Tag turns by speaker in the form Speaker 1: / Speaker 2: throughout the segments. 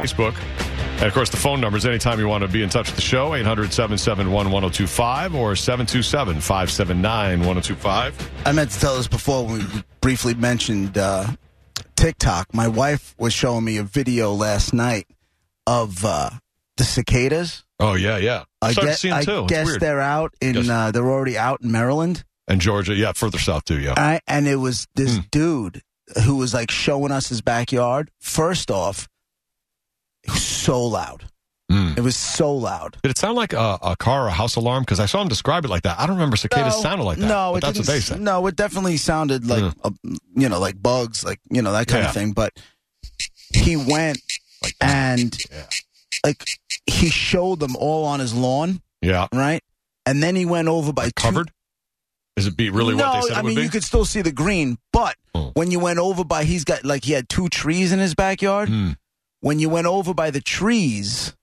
Speaker 1: Facebook. And of course, the phone numbers anytime you want to be in touch with the show 800 771 1025 or 727 579 1025.
Speaker 2: I meant to tell this before when we briefly mentioned uh, TikTok. My wife was showing me a video last night of uh, the cicadas.
Speaker 1: Oh, yeah, yeah.
Speaker 2: I
Speaker 1: Started
Speaker 2: guess,
Speaker 1: to see 'em,
Speaker 2: I
Speaker 1: too. It's
Speaker 2: guess
Speaker 1: weird.
Speaker 2: they're out in.
Speaker 1: Yes.
Speaker 2: Uh, they're already out in Maryland.
Speaker 1: And Georgia, yeah, further south too, yeah.
Speaker 2: I, and it was
Speaker 1: Hmm.
Speaker 2: this dude who was like showing us his backyard. First off, it was so loud. It was so loud.
Speaker 1: Mm. Did it sound like a, a car or a house alarm? Because I saw him describe it like that. I don't remember cicadas sounded like that.
Speaker 2: No,
Speaker 1: but
Speaker 2: it
Speaker 1: that's what
Speaker 2: didn't,
Speaker 1: they
Speaker 2: s-
Speaker 1: said. Mm.
Speaker 2: No, it definitely sounded like a, you know, like bugs, like you know that kind
Speaker 1: Yeah.
Speaker 2: of thing. But he went and like he showed them all on his lawn,
Speaker 1: Yeah,
Speaker 2: right? And then he went over by two
Speaker 1: covered. Is it be really
Speaker 2: no,
Speaker 1: what they said
Speaker 2: I
Speaker 1: it would
Speaker 2: mean
Speaker 1: be?
Speaker 2: you could still see the green, but
Speaker 1: Oh.
Speaker 2: when you went over by, he's got like he had two trees in his backyard.
Speaker 1: Hmm.
Speaker 2: When you went over by the trees,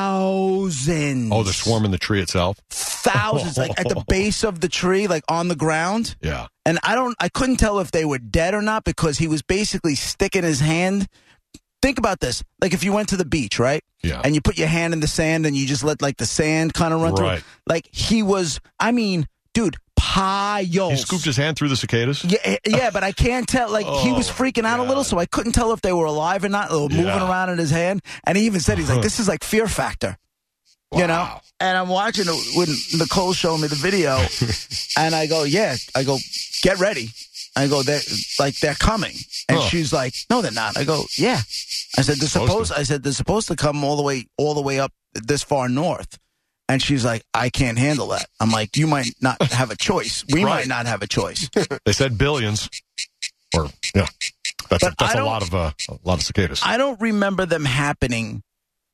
Speaker 2: thousands.
Speaker 1: oh, the swarm in the tree itself.
Speaker 2: Thousands, like at the base of the tree, like on the ground.
Speaker 1: Yeah,
Speaker 2: And I don't, I couldn't tell if they were dead or not because he was basically sticking his hand. Think about this: like if you went to the beach, right?
Speaker 1: yeah.
Speaker 2: and you put your hand in the sand and you just let like the sand kind of run through.
Speaker 1: Right.
Speaker 2: it. Like he was, I mean, dude, piles.
Speaker 1: he scooped his hand through the cicadas.
Speaker 2: Yeah, eh, yeah, but I can't tell. Like he was
Speaker 1: Oh,
Speaker 2: freaking out a little,
Speaker 1: God.
Speaker 2: so I couldn't tell if they were alive or not. They were moving
Speaker 1: Yeah.
Speaker 2: around in his hand, and he even said he's like, "This is like Fear Factor," you know.
Speaker 1: Wow.
Speaker 2: And I'm watching it when Nicole showed me the video, and I go, "Yeah," I go, "Get ready." I go, "They're like they're coming," and
Speaker 1: Huh.
Speaker 2: she's like, "No, they're not." I go, "Yeah," I said, "They're
Speaker 1: Supposed
Speaker 2: supposed." I said, "They're supposed to come all the way, all the way up this far north." And she's like, I can't handle that. I'm like, you might not have a choice. We
Speaker 1: Right.
Speaker 2: might not have a choice.
Speaker 1: They said billions, or yeah, that's a,
Speaker 2: But
Speaker 1: that's
Speaker 2: I
Speaker 1: a
Speaker 2: don't-
Speaker 1: lot of uh, a lot of cicadas.
Speaker 2: I don't remember them happening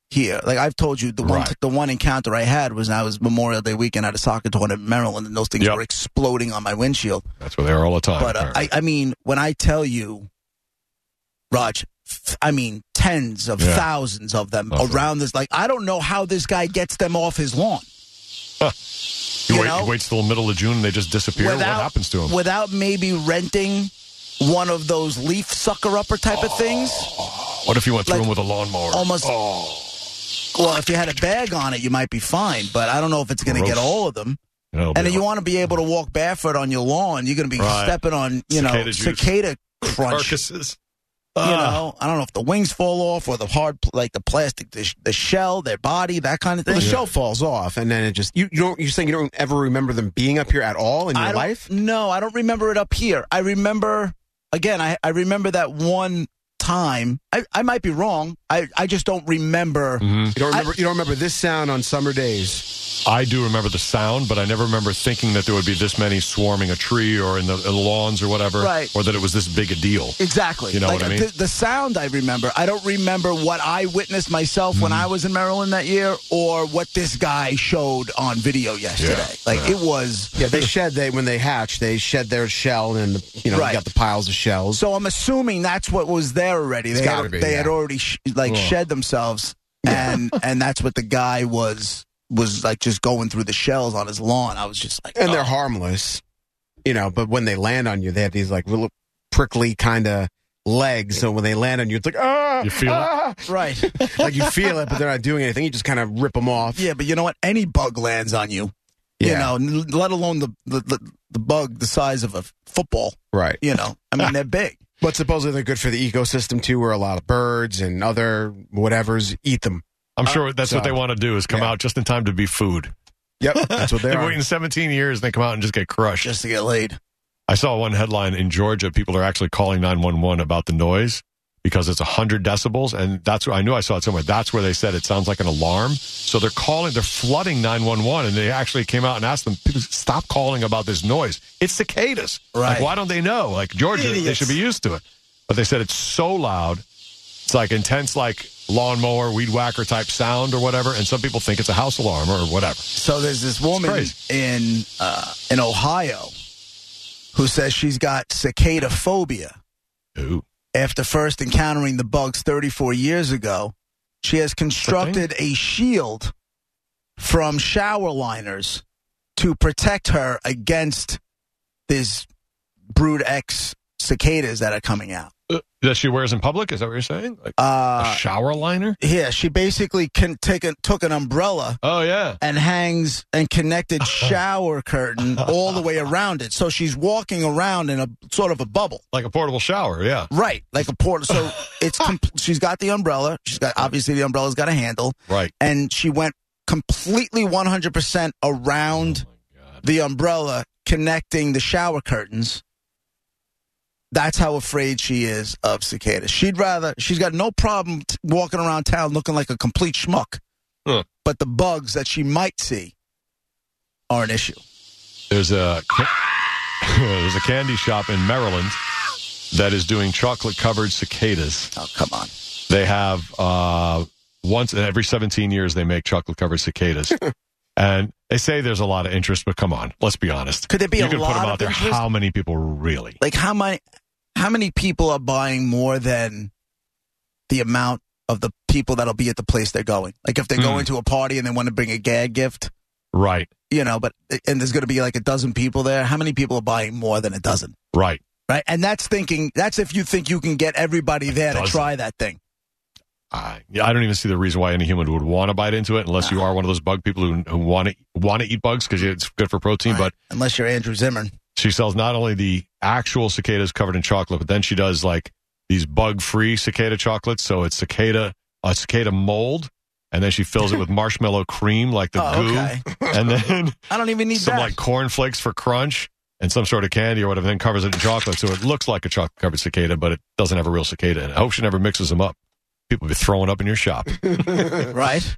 Speaker 2: here. Like I've told you, the one
Speaker 1: Right.
Speaker 2: the one encounter I had was I was Memorial Day weekend at a soccer tournament in Maryland, and those things
Speaker 1: Yep.
Speaker 2: were exploding on my windshield.
Speaker 1: that's where they are all the time.
Speaker 2: but uh, I,
Speaker 1: apparently.
Speaker 2: I mean, when I tell you, Raj, f- I mean tens of
Speaker 1: Yeah.
Speaker 2: thousands of them
Speaker 1: Lovely.
Speaker 2: around this. Like I don't know how this guy gets them off his lawn.
Speaker 1: he,
Speaker 2: you
Speaker 1: wait,
Speaker 2: know-
Speaker 1: he waits till the middle of June and they just disappear. what happens to him?
Speaker 2: Without maybe renting one of those leaf sucker upper type of things.
Speaker 1: what if he went through
Speaker 2: like, oh
Speaker 1: him with a lawnmower?
Speaker 2: almost. Well, if you had a bag on it, you might be fine, but I don't know if it's going to get
Speaker 1: Gross.
Speaker 2: all of them.
Speaker 1: You know, it'll
Speaker 2: And
Speaker 1: be
Speaker 2: then you
Speaker 1: like-
Speaker 2: want to be able to walk barefoot on your lawn. You're going to be
Speaker 1: Right.
Speaker 2: stepping on, you know,
Speaker 1: Cicada juice.
Speaker 2: cicada crunch.
Speaker 1: carcasses.
Speaker 2: You
Speaker 1: Ah.
Speaker 2: know, I don't know if the wings fall off or the hard, pl- like the plastic, the, sh- the shell, their body, that kind of thing.
Speaker 3: The shell falls off, and then it just you, you don't. You're saying you don't ever remember them being up here at all in
Speaker 2: I
Speaker 3: your
Speaker 2: don't-
Speaker 3: life?
Speaker 2: No, I don't remember it up here. I remember again. I, I remember that one time. I, I might be wrong. I, I just don't remember.
Speaker 1: Mm-hmm.
Speaker 3: You don't remember. you don't remember this sound on summer days.
Speaker 1: I do remember the sound, but I never remember thinking that there would be this many swarming a tree or in the, in the lawns or whatever,
Speaker 2: Right.
Speaker 1: or that it was this big a deal.
Speaker 2: Exactly.
Speaker 1: You know
Speaker 2: like, uh,
Speaker 1: what I mean?
Speaker 2: The, the sound I remember. I don't remember what I witnessed myself when
Speaker 1: Mm-hmm.
Speaker 2: I was in Maryland that year, or what this guy showed on video yesterday. like it was.
Speaker 3: Yeah, they shed they when they hatch. They shed their shell, and you know
Speaker 2: Right.
Speaker 3: you got the piles of shells.
Speaker 2: So I'm assuming that's what was there already. They
Speaker 3: gotta
Speaker 2: had,
Speaker 3: be,
Speaker 2: they
Speaker 3: yeah.
Speaker 2: had already sh- like shed themselves, and and that's what the guy was was like just going through the shells on his lawn. I was just like,
Speaker 3: and
Speaker 2: oh.
Speaker 3: they're harmless, you know. But when they land on you, they have these like little prickly kind of legs. So when they land on you, it's like ah,
Speaker 1: You feel it?
Speaker 3: ah!
Speaker 2: oh, right.
Speaker 3: like you feel it, but they're not doing anything. You just kind of rip them off.
Speaker 2: Yeah, but you know what? Any bug lands on you.
Speaker 3: Yeah.
Speaker 2: You know, n- let alone the, the the the bug the size of a football.
Speaker 3: Right.
Speaker 2: You know, I mean they're big.
Speaker 3: But supposedly they're good for the ecosystem too, where a lot of birds and other whatever's eat them.
Speaker 1: I'm sure that's what
Speaker 3: so-
Speaker 1: they want to do is come
Speaker 3: yeah.
Speaker 1: out just in time to be food.
Speaker 3: Yep, that's what they
Speaker 1: They're
Speaker 3: are.
Speaker 1: waiting 17 years and they come out and just get crushed.
Speaker 2: Just to get laid.
Speaker 1: I saw one headline in Georgia. People are actually calling 911 about the noise because it's 100 decibels. And that's where I knew I saw it somewhere. That's where they said it sounds like an alarm. So they're calling, they're flooding 911. And they actually came out and asked them, people, stop calling about this noise. It's cicadas. Like,
Speaker 2: Right.
Speaker 1: why don't they know? Like, Georgia, they should be used to it. But they said it's so loud It's like intense, like lawnmower, weed whacker type sound or whatever. And some people think it's a house alarm or whatever.
Speaker 2: So there's this woman
Speaker 1: crazy.
Speaker 2: in uh, in Ohio who says she's got cicada phobia.
Speaker 1: Ooh.
Speaker 2: After first encountering the bugs 34 years ago, she has constructed a shield from shower liners to protect her against these brood X cicadas that are coming out.
Speaker 1: Uh, that she wears in public? Is that what you're saying? Like a
Speaker 2: Uh,
Speaker 1: shower liner?
Speaker 2: yeah, she basically can take a, took an umbrella
Speaker 1: Oh, yeah.
Speaker 2: and hangs and connected shower curtain all the way around it. So she's walking around in a sort of a bubble.
Speaker 1: Like a portable shower. Yeah.
Speaker 2: Right, like a portal. So it's com- she's got the umbrella. She's got obviously the umbrella's got a handle,
Speaker 1: Right.
Speaker 2: and she went completely 100% around
Speaker 1: Oh,
Speaker 2: the umbrella, connecting the shower curtains. That's how afraid she is of cicadas. She'd rather she's got no problem t- walking around town looking like a complete schmuck,
Speaker 1: Huh.
Speaker 2: but the bugs that she might see are an issue.
Speaker 1: There's a ca- there's a candy shop in Maryland that is doing chocolate covered cicadas.
Speaker 2: Oh come on!
Speaker 1: They have uh, once every 17 years they make chocolate covered cicadas, and they say there's a lot of interest. But come on, let's be honest.
Speaker 2: Could there be
Speaker 1: you
Speaker 2: a
Speaker 1: can put
Speaker 2: lot
Speaker 1: them
Speaker 2: of
Speaker 1: out there.
Speaker 2: interest?
Speaker 1: How many people really?
Speaker 2: Like how many how many people are buying more than the amount of the people that'll be at the place they're going? Like if they're
Speaker 1: Hmm.
Speaker 2: going to a party and they want to bring a gag gift,
Speaker 1: Right,
Speaker 2: you know, but and there's going to be like a dozen people there. How many people are buying more than a dozen?
Speaker 1: right.
Speaker 2: Right, and that's thinking. That's if you think you can get everybody there to
Speaker 1: dozen.
Speaker 2: try that thing.
Speaker 1: I yeah, I don't even see the reason why any human would want to bite into it
Speaker 2: Ah.
Speaker 1: unless you are one of those bug people who, who want to want to eat bugs because it's good for protein.
Speaker 2: Right?
Speaker 1: But
Speaker 2: unless you're Andrew Zimmern,
Speaker 1: she sells not only the actual cicadas covered in chocolate, but then she does like these bug-free cicada chocolates. So it's cicada a cicada mold, and then she fills it with marshmallow cream, like the
Speaker 2: Oh,
Speaker 1: goo,
Speaker 2: okay.
Speaker 1: and then
Speaker 2: I don't even need
Speaker 1: some
Speaker 2: that.
Speaker 1: like cornflakes for crunch and some sort of candy or whatever. Then covers it in chocolate, so it looks like a chocolate-covered cicada, but it doesn't have a real cicada. in it. I hope she never mixes them up. People be throwing up in your shop.
Speaker 2: right?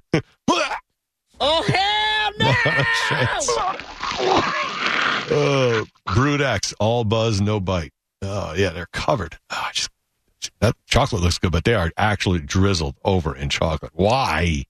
Speaker 1: oh, Brood X, all buzz, no bite. Oh, yeah, they're covered. Oh, I just, that chocolate looks good, but they are actually drizzled over in chocolate. Why?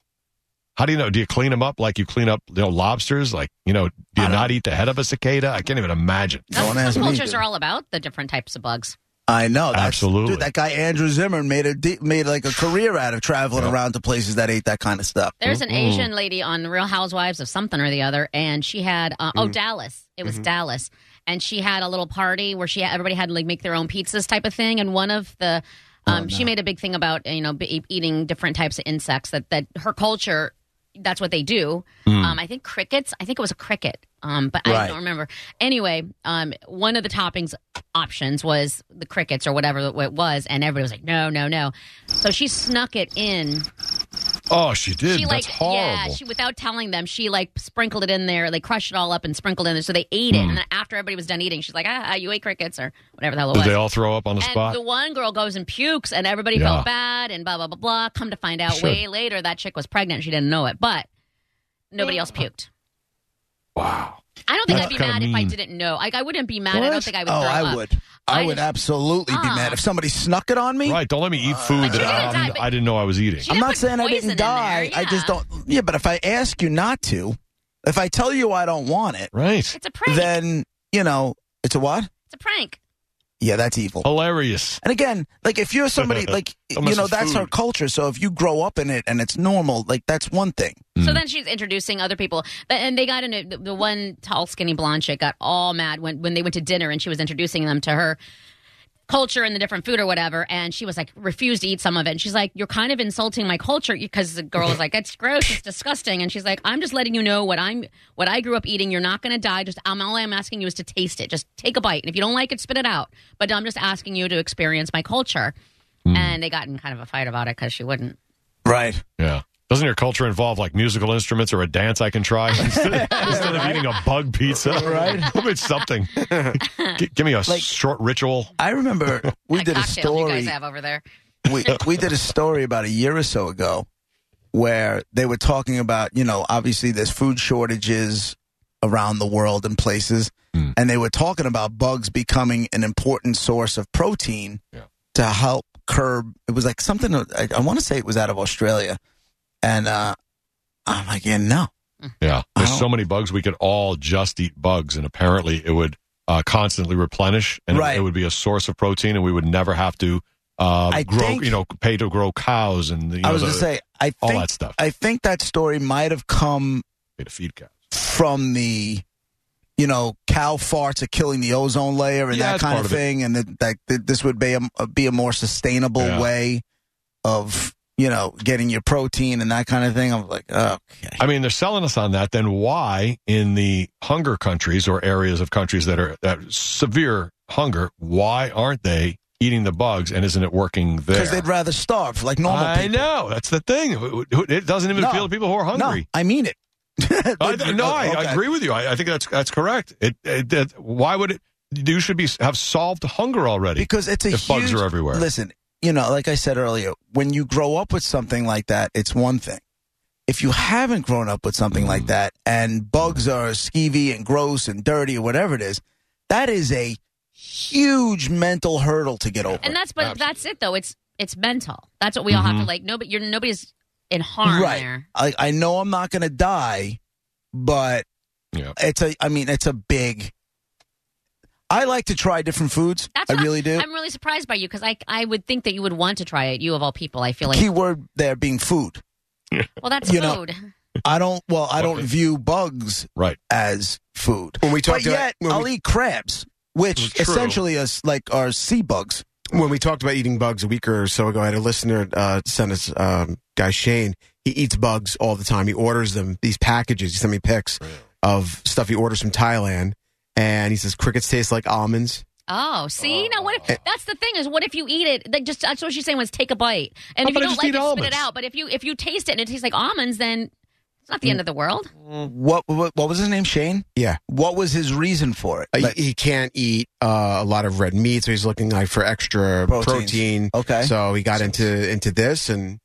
Speaker 1: How do you know? Do you clean them up like you clean up, you know, lobsters? Like, you know, do
Speaker 2: I
Speaker 1: you
Speaker 2: don't-
Speaker 1: not eat the head of a cicada? I can't even imagine.
Speaker 2: Don't
Speaker 4: That's what
Speaker 2: ask me,
Speaker 4: cultures
Speaker 2: dude.
Speaker 4: are all about the different types of bugs.
Speaker 2: I know. That's,
Speaker 1: Absolutely.
Speaker 2: dude, that guy Andrew Zimmern made a de- made like a career out of traveling
Speaker 1: Yeah.
Speaker 2: around to places that ate that kind of stuff.
Speaker 4: There's an
Speaker 1: Mm-mm.
Speaker 4: Asian lady on Real Housewives of something or the other, and she had uh, oh Dallas, it was Dallas, and she had a little party where she everybody had to like make their own pizzas type of thing, and one of the um, she made a big thing about you know be, e, eating different types of insects that that her culture that's what they do. Um, I think crickets. I think it was a cricket, um, but I
Speaker 2: Right.
Speaker 4: don't remember. Anyway, um, one of the toppings options was the crickets or whatever it was, and everybody was like, no, no, no. So she snuck it in
Speaker 1: Oh, she did.
Speaker 4: she like
Speaker 1: That's horrible.
Speaker 4: yeah she without telling them she like sprinkled it in there they crushed it all up and sprinkled it in there so they ate
Speaker 1: Hmm.
Speaker 4: it and then after everybody was done eating she's like ah ah, you ate crickets or whatever the hell it
Speaker 1: did
Speaker 4: was
Speaker 1: they all throw up on the
Speaker 4: and
Speaker 1: spot?
Speaker 4: the one girl goes and pukes and everybody
Speaker 1: Yeah.
Speaker 4: felt bad and blah blah blah blah come to find out
Speaker 1: Sure.
Speaker 4: way later that chick was pregnant she didn't know it but nobody else puked
Speaker 1: wow.
Speaker 4: I don't think
Speaker 1: That's
Speaker 4: I'd be
Speaker 1: kinda
Speaker 4: mad if I
Speaker 1: mean.
Speaker 4: didn't know. Like I wouldn't be mad. I don't think I would.
Speaker 2: Oh,
Speaker 4: throw
Speaker 2: I
Speaker 4: up.
Speaker 2: would. I,
Speaker 4: I
Speaker 2: would
Speaker 4: just-
Speaker 2: absolutely be
Speaker 4: Ah.
Speaker 2: mad if somebody snuck it on me.
Speaker 1: Right. Don't let me eat food that
Speaker 4: But you didn't
Speaker 1: I,
Speaker 4: die, but-
Speaker 1: I didn't know I was eating.
Speaker 4: She-
Speaker 2: I'm
Speaker 4: didn't
Speaker 2: not
Speaker 4: put
Speaker 2: saying I
Speaker 4: poison
Speaker 2: didn't
Speaker 4: in
Speaker 2: die.
Speaker 4: there,
Speaker 2: I just
Speaker 4: yeah.
Speaker 2: don't. Yeah, but if I ask you not to, if I tell you I don't want it,
Speaker 1: Right.
Speaker 4: It's a prank.
Speaker 2: then you know it's a what?
Speaker 4: it's a prank.
Speaker 2: Yeah, that's evil.
Speaker 1: Hilarious.
Speaker 2: And again, like if you're somebody like
Speaker 1: Oh. How
Speaker 2: you
Speaker 1: much
Speaker 2: know
Speaker 1: is
Speaker 2: that's
Speaker 1: food?
Speaker 2: our culture. So if you grow up in it and it's normal, like that's one thing.
Speaker 4: So then she's introducing other people, But- and they got in. A, the- the one tall, skinny blonde chick got all mad when when they went to dinner, and she was introducing them to her culture and the different food or whatever. And she was like, refused to eat some of it. And she's like, "You're kind of insulting my culture," because the girl was like, "That's gross. It's disgusting." And she's like, "I'm just letting you know what I'm what I grew up eating. You're not going to die. Just I'm all I'm asking you is to taste it. Just take a bite, and if you don't like it, spit it out. But I'm just asking you to experience my culture."
Speaker 2: Mm.
Speaker 4: And they got in kind of a fight about it because she wouldn't.
Speaker 2: Right.
Speaker 1: Yeah. Doesn't your culture involve like musical instruments or a dance I can try instead, instead of eating a bug pizza?
Speaker 2: Right.
Speaker 1: it's something. G- give me a
Speaker 2: Like-
Speaker 1: short ritual.
Speaker 2: I remember we
Speaker 4: That
Speaker 2: did a
Speaker 4: cocktail you
Speaker 2: story.
Speaker 4: guys have over there.
Speaker 2: we, we did a story about a year or so ago where they were talking about, you know, obviously there's food shortages around the world and places.
Speaker 1: Hmm.
Speaker 2: And they were talking about bugs becoming an important source of protein
Speaker 1: Yeah.
Speaker 2: to help curb. It was like something, I, I want to say it was out of Australia. And uh, I'm like, yeah, no.
Speaker 1: Yeah,
Speaker 2: I
Speaker 1: there's
Speaker 2: don't-
Speaker 1: so many bugs. We could all just eat bugs, and apparently it would uh, constantly replenish, and it-
Speaker 2: Right.
Speaker 1: it, would be a source of protein, and we would never have to uh,
Speaker 2: I
Speaker 1: grow,
Speaker 2: think-
Speaker 1: you know, pay to grow cows and you know,
Speaker 2: I was
Speaker 1: the,
Speaker 2: going to say, I
Speaker 1: all
Speaker 2: think,
Speaker 1: that stuff.
Speaker 2: I think that story might have come
Speaker 1: Pay to feed cows.
Speaker 2: from the, you know, cow farts are killing the ozone layer and
Speaker 1: Yeah,
Speaker 2: that
Speaker 1: that's
Speaker 2: kind
Speaker 1: part
Speaker 2: of
Speaker 1: of it.
Speaker 2: thing, and that, that, that this would be a, be a more sustainable
Speaker 1: Yeah.
Speaker 2: way of you know getting your protein and that kind of thing. I'm like, oh, okay,
Speaker 1: I mean, they're selling us on that. Then why, in the hunger countries or areas of countries that are that severe hunger, why aren't they eating the bugs? And isn't it working there?
Speaker 2: because they'd rather starve like normal
Speaker 1: I
Speaker 2: people.
Speaker 1: know that's the thing. It doesn't even
Speaker 2: No.
Speaker 1: appeal to people who are hungry.
Speaker 2: No, I mean it.
Speaker 1: I, no, I, I agree with you. I, I think that's that's correct. It, it, that- why would it? You should be have solved hunger already.
Speaker 2: because it's a
Speaker 1: if
Speaker 2: huge,
Speaker 1: bugs are everywhere.
Speaker 2: Listen, you know, like I said earlier, when you grow up with something like that, it's one thing. If you haven't grown up with something
Speaker 1: Mm.
Speaker 2: like that, and bugs are skeevy and gross and dirty or whatever it is, that is a huge mental hurdle to get over.
Speaker 4: And that's but
Speaker 1: Absolutely. Mm-hmm.
Speaker 4: that's it though. It's it's mental. That's what we all have to like. Nobody, you're nobody's in harm
Speaker 2: right.
Speaker 4: there.
Speaker 2: I, I know I'm not going to die, but
Speaker 1: Yeah.
Speaker 2: it's a. I mean, it's a big. I like to try different foods.
Speaker 4: That's
Speaker 2: I
Speaker 4: what
Speaker 2: really do.
Speaker 4: I'm really surprised by you because I I would think that you would want to try it. You of all people, I feel like.
Speaker 2: Key word there being food.
Speaker 4: well, that's
Speaker 2: you know,
Speaker 4: food.
Speaker 2: I don't. Well, I don't
Speaker 1: Okay.
Speaker 2: view bugs
Speaker 1: Right.
Speaker 2: as food.
Speaker 3: When we
Speaker 2: But
Speaker 3: talked about
Speaker 2: yet,
Speaker 3: when
Speaker 2: I'll
Speaker 3: we,
Speaker 2: eat crabs, which
Speaker 1: True.
Speaker 2: essentially is like are sea bugs.
Speaker 3: when we talked about eating bugs a week or so ago, I had a listener uh, send us um, guy Shane. He eats bugs all the time. He orders them these packages. He sent me pics of stuff he orders from Thailand, and he says crickets taste like almonds.
Speaker 4: Oh, see now what? If, that's the thing is, what if you eat it? Like just that's what she's saying was take a bite, and
Speaker 1: How
Speaker 4: if you
Speaker 1: about I
Speaker 4: don't
Speaker 1: just
Speaker 4: like
Speaker 1: eat
Speaker 4: it, spit
Speaker 1: almonds?
Speaker 4: it out. But if you if you taste it and it tastes like almonds, then it's not the
Speaker 1: Mm.
Speaker 4: end of the world.
Speaker 2: What, what what was his name? Shane.
Speaker 3: Yeah.
Speaker 2: What was his reason for it?
Speaker 3: Uh, he-
Speaker 2: Like-
Speaker 3: he, can't eat uh, a lot of red meat, so he's looking like for extra
Speaker 2: Proteins.
Speaker 3: protein.
Speaker 2: okay.
Speaker 3: So he got into into this and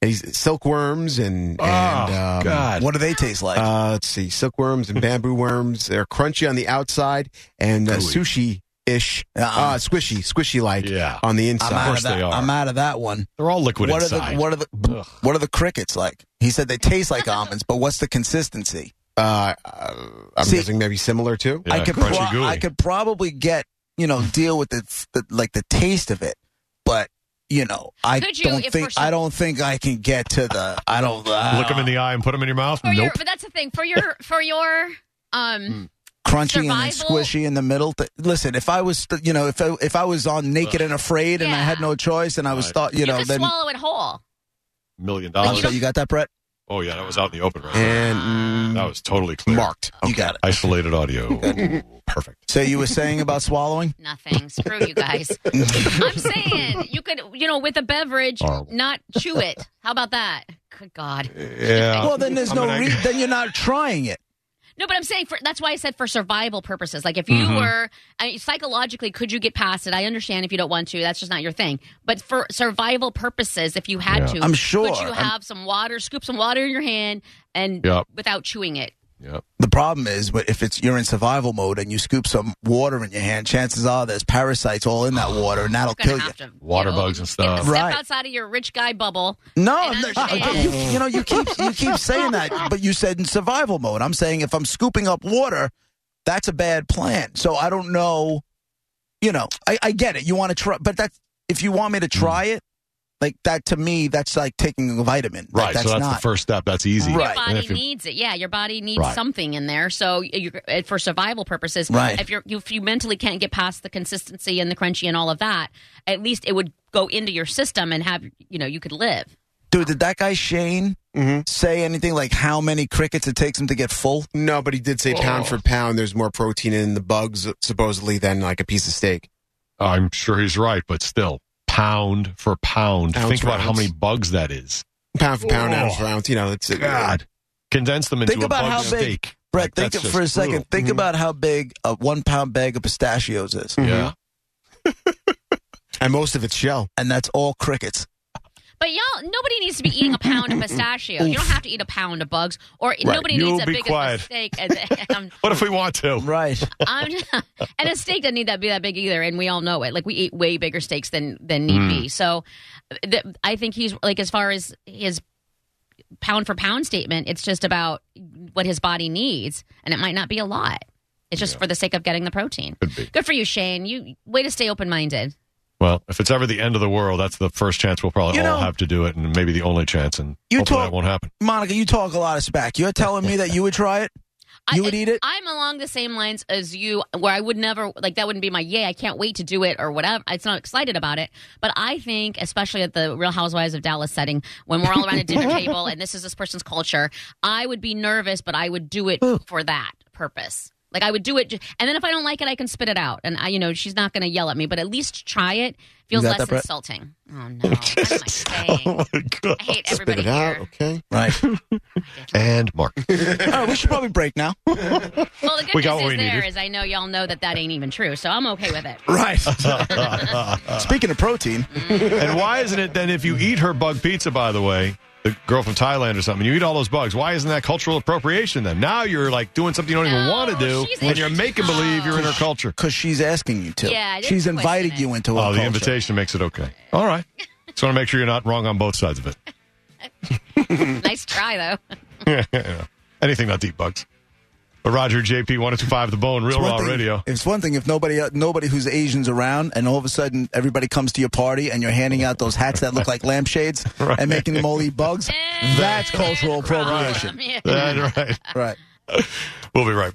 Speaker 3: and he's silkworms and,
Speaker 1: Oh,
Speaker 2: Ah,
Speaker 3: and um,
Speaker 1: God.
Speaker 2: what do they taste like?
Speaker 3: Uh, let's see, silkworms and bamboo worms. They're crunchy on the outside and uh,
Speaker 1: Gooey.
Speaker 3: sushi ish,
Speaker 2: Uh-uh.
Speaker 3: uh, squishy, squishy like
Speaker 1: Yeah,
Speaker 3: on the
Speaker 2: I'm
Speaker 3: inside.
Speaker 2: out
Speaker 1: course
Speaker 2: of that.
Speaker 1: they are.
Speaker 2: I'm out of that one.
Speaker 1: they're all liquid
Speaker 2: what
Speaker 1: inside.
Speaker 2: are the what are the
Speaker 1: Ugh.
Speaker 2: what are the crickets like? He said they taste like almonds, but what's the consistency?
Speaker 3: Uh, uh, I'm
Speaker 2: See-
Speaker 3: guessing maybe similar to.
Speaker 1: Yeah,
Speaker 2: I could
Speaker 1: crunchy,
Speaker 2: pro-
Speaker 1: gooey.
Speaker 2: I could probably get you know deal with the, the like the taste of it, but you know I
Speaker 4: Could you,
Speaker 2: don't
Speaker 4: if
Speaker 2: think
Speaker 4: for some-
Speaker 2: I don't think I can get to the I don't I
Speaker 1: Look them in the eye and put them in your mouth.
Speaker 4: For your,
Speaker 1: nope.
Speaker 4: but that's the thing for your for your um.
Speaker 2: crunchy and then
Speaker 4: survival-
Speaker 2: squishy in the middle. Th- Listen, if I was st- you know if I, if I was on Naked and Afraid and I
Speaker 4: Yeah.
Speaker 2: had no choice and I was
Speaker 1: Right.
Speaker 2: thought you,
Speaker 4: You,
Speaker 2: know
Speaker 4: could
Speaker 2: then
Speaker 4: swallow it whole.
Speaker 1: Million
Speaker 2: oh,
Speaker 1: dollars.
Speaker 2: so you got that Brett
Speaker 1: oh yeah, that was out in the open right there.
Speaker 3: And
Speaker 1: That
Speaker 3: mm,
Speaker 1: was totally clear. Um,
Speaker 3: marked.
Speaker 2: you got it.
Speaker 1: Isolated audio. Perfect.
Speaker 2: So you were saying about swallowing?
Speaker 4: Nothing. Screw you guys. I'm saying you could, you know, with a beverage,
Speaker 1: Horrible.
Speaker 4: not chew it. How about that? Good God.
Speaker 3: Uh,
Speaker 1: Yeah.
Speaker 2: well, then there's
Speaker 1: I'm
Speaker 2: no
Speaker 1: gonna-
Speaker 2: re- then you're not trying it.
Speaker 4: No, but I'm saying for that's why I said for survival purposes. Like if you
Speaker 1: Mm-hmm.
Speaker 4: were I mean, psychologically, could you get past it? I understand if you don't want to. That's just not your thing. But for survival purposes, if you had
Speaker 1: Yeah.
Speaker 4: to,
Speaker 2: I'm sure.
Speaker 4: Could you
Speaker 2: I'm-
Speaker 4: have some water? Scoop some water in your hand and
Speaker 1: Yep.
Speaker 4: without chewing it.
Speaker 1: Yep.
Speaker 2: The problem is, but if it's you're in survival mode and you scoop some water in your hand, chances are there's parasites all in that water, and that'll kill
Speaker 4: You're gonna
Speaker 2: you.
Speaker 4: have to
Speaker 1: Water
Speaker 4: you know,
Speaker 1: bugs and
Speaker 4: get-
Speaker 1: stuff.
Speaker 4: Step
Speaker 2: Right.
Speaker 4: outside of your rich guy bubble.
Speaker 2: No,
Speaker 4: I
Speaker 2: I'm not-
Speaker 4: understand.
Speaker 2: you, you know you keep you keep saying that, but you said in survival mode. I'm saying if I'm scooping up water, that's a bad plan. So I don't know. You know, I, I get it. You want to try, but that's if you want me to try it, like that to me, that's like taking a vitamin. Like,
Speaker 1: Right.
Speaker 2: that's
Speaker 1: so that's
Speaker 2: not
Speaker 1: the first step. That's easy.
Speaker 2: Right.
Speaker 4: Your
Speaker 1: And
Speaker 4: body
Speaker 1: if you-
Speaker 4: needs it. Yeah, your body needs
Speaker 1: Right.
Speaker 4: something in there. So you, uh, for survival purposes,
Speaker 2: Right.
Speaker 4: if you're if you mentally can't get past the consistency and the crunchy and all of that, at least it would go into your system and have you know you could live.
Speaker 2: dude. Did that guy Shane
Speaker 1: Mm-hmm.
Speaker 3: Mhm.
Speaker 2: say anything like how many crickets it takes him to get full?
Speaker 3: No, but he did say pound
Speaker 2: Oh.
Speaker 3: for pound, there's more protein in the bugs supposedly than like a piece of steak.
Speaker 1: I'm sure he's right, but still, pound for pound.
Speaker 3: Pounds
Speaker 1: Think
Speaker 3: for
Speaker 1: about how
Speaker 3: ounce.
Speaker 1: many bugs that is.
Speaker 3: Pound for pound,
Speaker 1: Oh.
Speaker 3: ounce for ounce. You know, it's uh,
Speaker 1: God. Condense them into
Speaker 2: Think
Speaker 1: a
Speaker 2: about
Speaker 1: bug
Speaker 2: how big-
Speaker 1: steak.
Speaker 2: Brett,
Speaker 1: Like,
Speaker 2: think
Speaker 1: that's
Speaker 2: of- for a
Speaker 1: just
Speaker 2: second.
Speaker 1: brutal. Mm-hmm.
Speaker 2: Think about how big a one pound bag of pistachios is,
Speaker 1: Mm-hmm.
Speaker 3: Mhm.
Speaker 1: Yeah.
Speaker 3: And most of it's shell.
Speaker 2: and that's all crickets.
Speaker 4: But y'all, nobody needs to be eating a pound of pistachio. you don't have to eat a pound of bugs, or nobody
Speaker 1: You
Speaker 4: needs a
Speaker 1: be
Speaker 4: big
Speaker 1: quiet.
Speaker 4: a steak. As, I'm,
Speaker 1: What if we want to?
Speaker 2: Right.
Speaker 4: I'm, and a steak doesn't need that be that big either, and we all know it. Like we eat way bigger steaks than than need
Speaker 1: Mm.
Speaker 4: be. So, th- I think he's like as far as his pound for pound statement, it's just about what his body needs, and it might not be a lot. It's just for the sake of getting the protein.
Speaker 1: Could be.
Speaker 4: Good for you, Shane. You way to stay open minded.
Speaker 1: Well, if it's ever the end of the world, that's the first chance we'll probably
Speaker 2: You
Speaker 1: all
Speaker 2: know-
Speaker 1: have to do it, and maybe the only chance. And
Speaker 2: You
Speaker 1: hopefully
Speaker 2: talk-
Speaker 1: that won't happen.
Speaker 2: Monica, you talk a lot of smack. You're telling me that you would try it? You would eat it?
Speaker 4: I'm along the same lines as you, where I would never like that wouldn't be my yay. I can't wait to do it or whatever. It's not excited about it, but I think, especially at the Real Housewives of Dallas setting, when we're all around a dinner table and this is this person's culture, I would be nervous, but I would do it for that purpose. Like I would do it, ju- and then if I don't like it, I can spit it out, and I, you know, she's not going to yell at me. But at least try it. Feels
Speaker 2: got
Speaker 4: less
Speaker 2: that, Brett?
Speaker 4: insulting. Oh no! What am I saying?
Speaker 1: Oh my god!
Speaker 4: I hate
Speaker 3: Spit
Speaker 4: everybody
Speaker 3: it
Speaker 4: here.
Speaker 3: out, okay?
Speaker 2: Right.
Speaker 1: And Mark,
Speaker 2: All right, we should probably break now.
Speaker 4: Well, the good
Speaker 1: We
Speaker 4: news
Speaker 1: got what
Speaker 4: is
Speaker 1: we
Speaker 4: there
Speaker 1: needed.
Speaker 4: is I know y'all know that that ain't even true, so I'm okay with it.
Speaker 2: Right. Speaking of protein,
Speaker 1: and why isn't it then if you eat her bug pizza, by the way, the girl from Thailand or something, you eat all those bugs? Why isn't that cultural appropriation then? Now you're like doing something you don't even
Speaker 4: No,
Speaker 1: want to do,
Speaker 4: she's
Speaker 1: and you're making believe you're in her culture.
Speaker 2: because she's asking you to.
Speaker 4: Yeah, I didn't
Speaker 2: She's
Speaker 4: question
Speaker 2: invited
Speaker 4: it.
Speaker 2: you into
Speaker 1: Oh,
Speaker 2: our
Speaker 1: the
Speaker 2: culture.
Speaker 1: invitation makes it okay. All right. Just want to make sure you're not wrong on both sides of it.
Speaker 4: nice try though.
Speaker 1: Anything not deep bugs. But Roger JP 1025 The Bone, Real
Speaker 2: It's one
Speaker 1: Raw
Speaker 2: thing-
Speaker 1: Radio.
Speaker 2: It's one thing if nobody nobody who's Asian's around, and all of a sudden everybody comes to your party, and you're handing out those hats that look like lampshades and making them all eat bugs. That's cultural
Speaker 4: Problem.
Speaker 2: appropriation,
Speaker 4: Yeah.
Speaker 1: That's right.
Speaker 2: right?
Speaker 1: We'll be right back.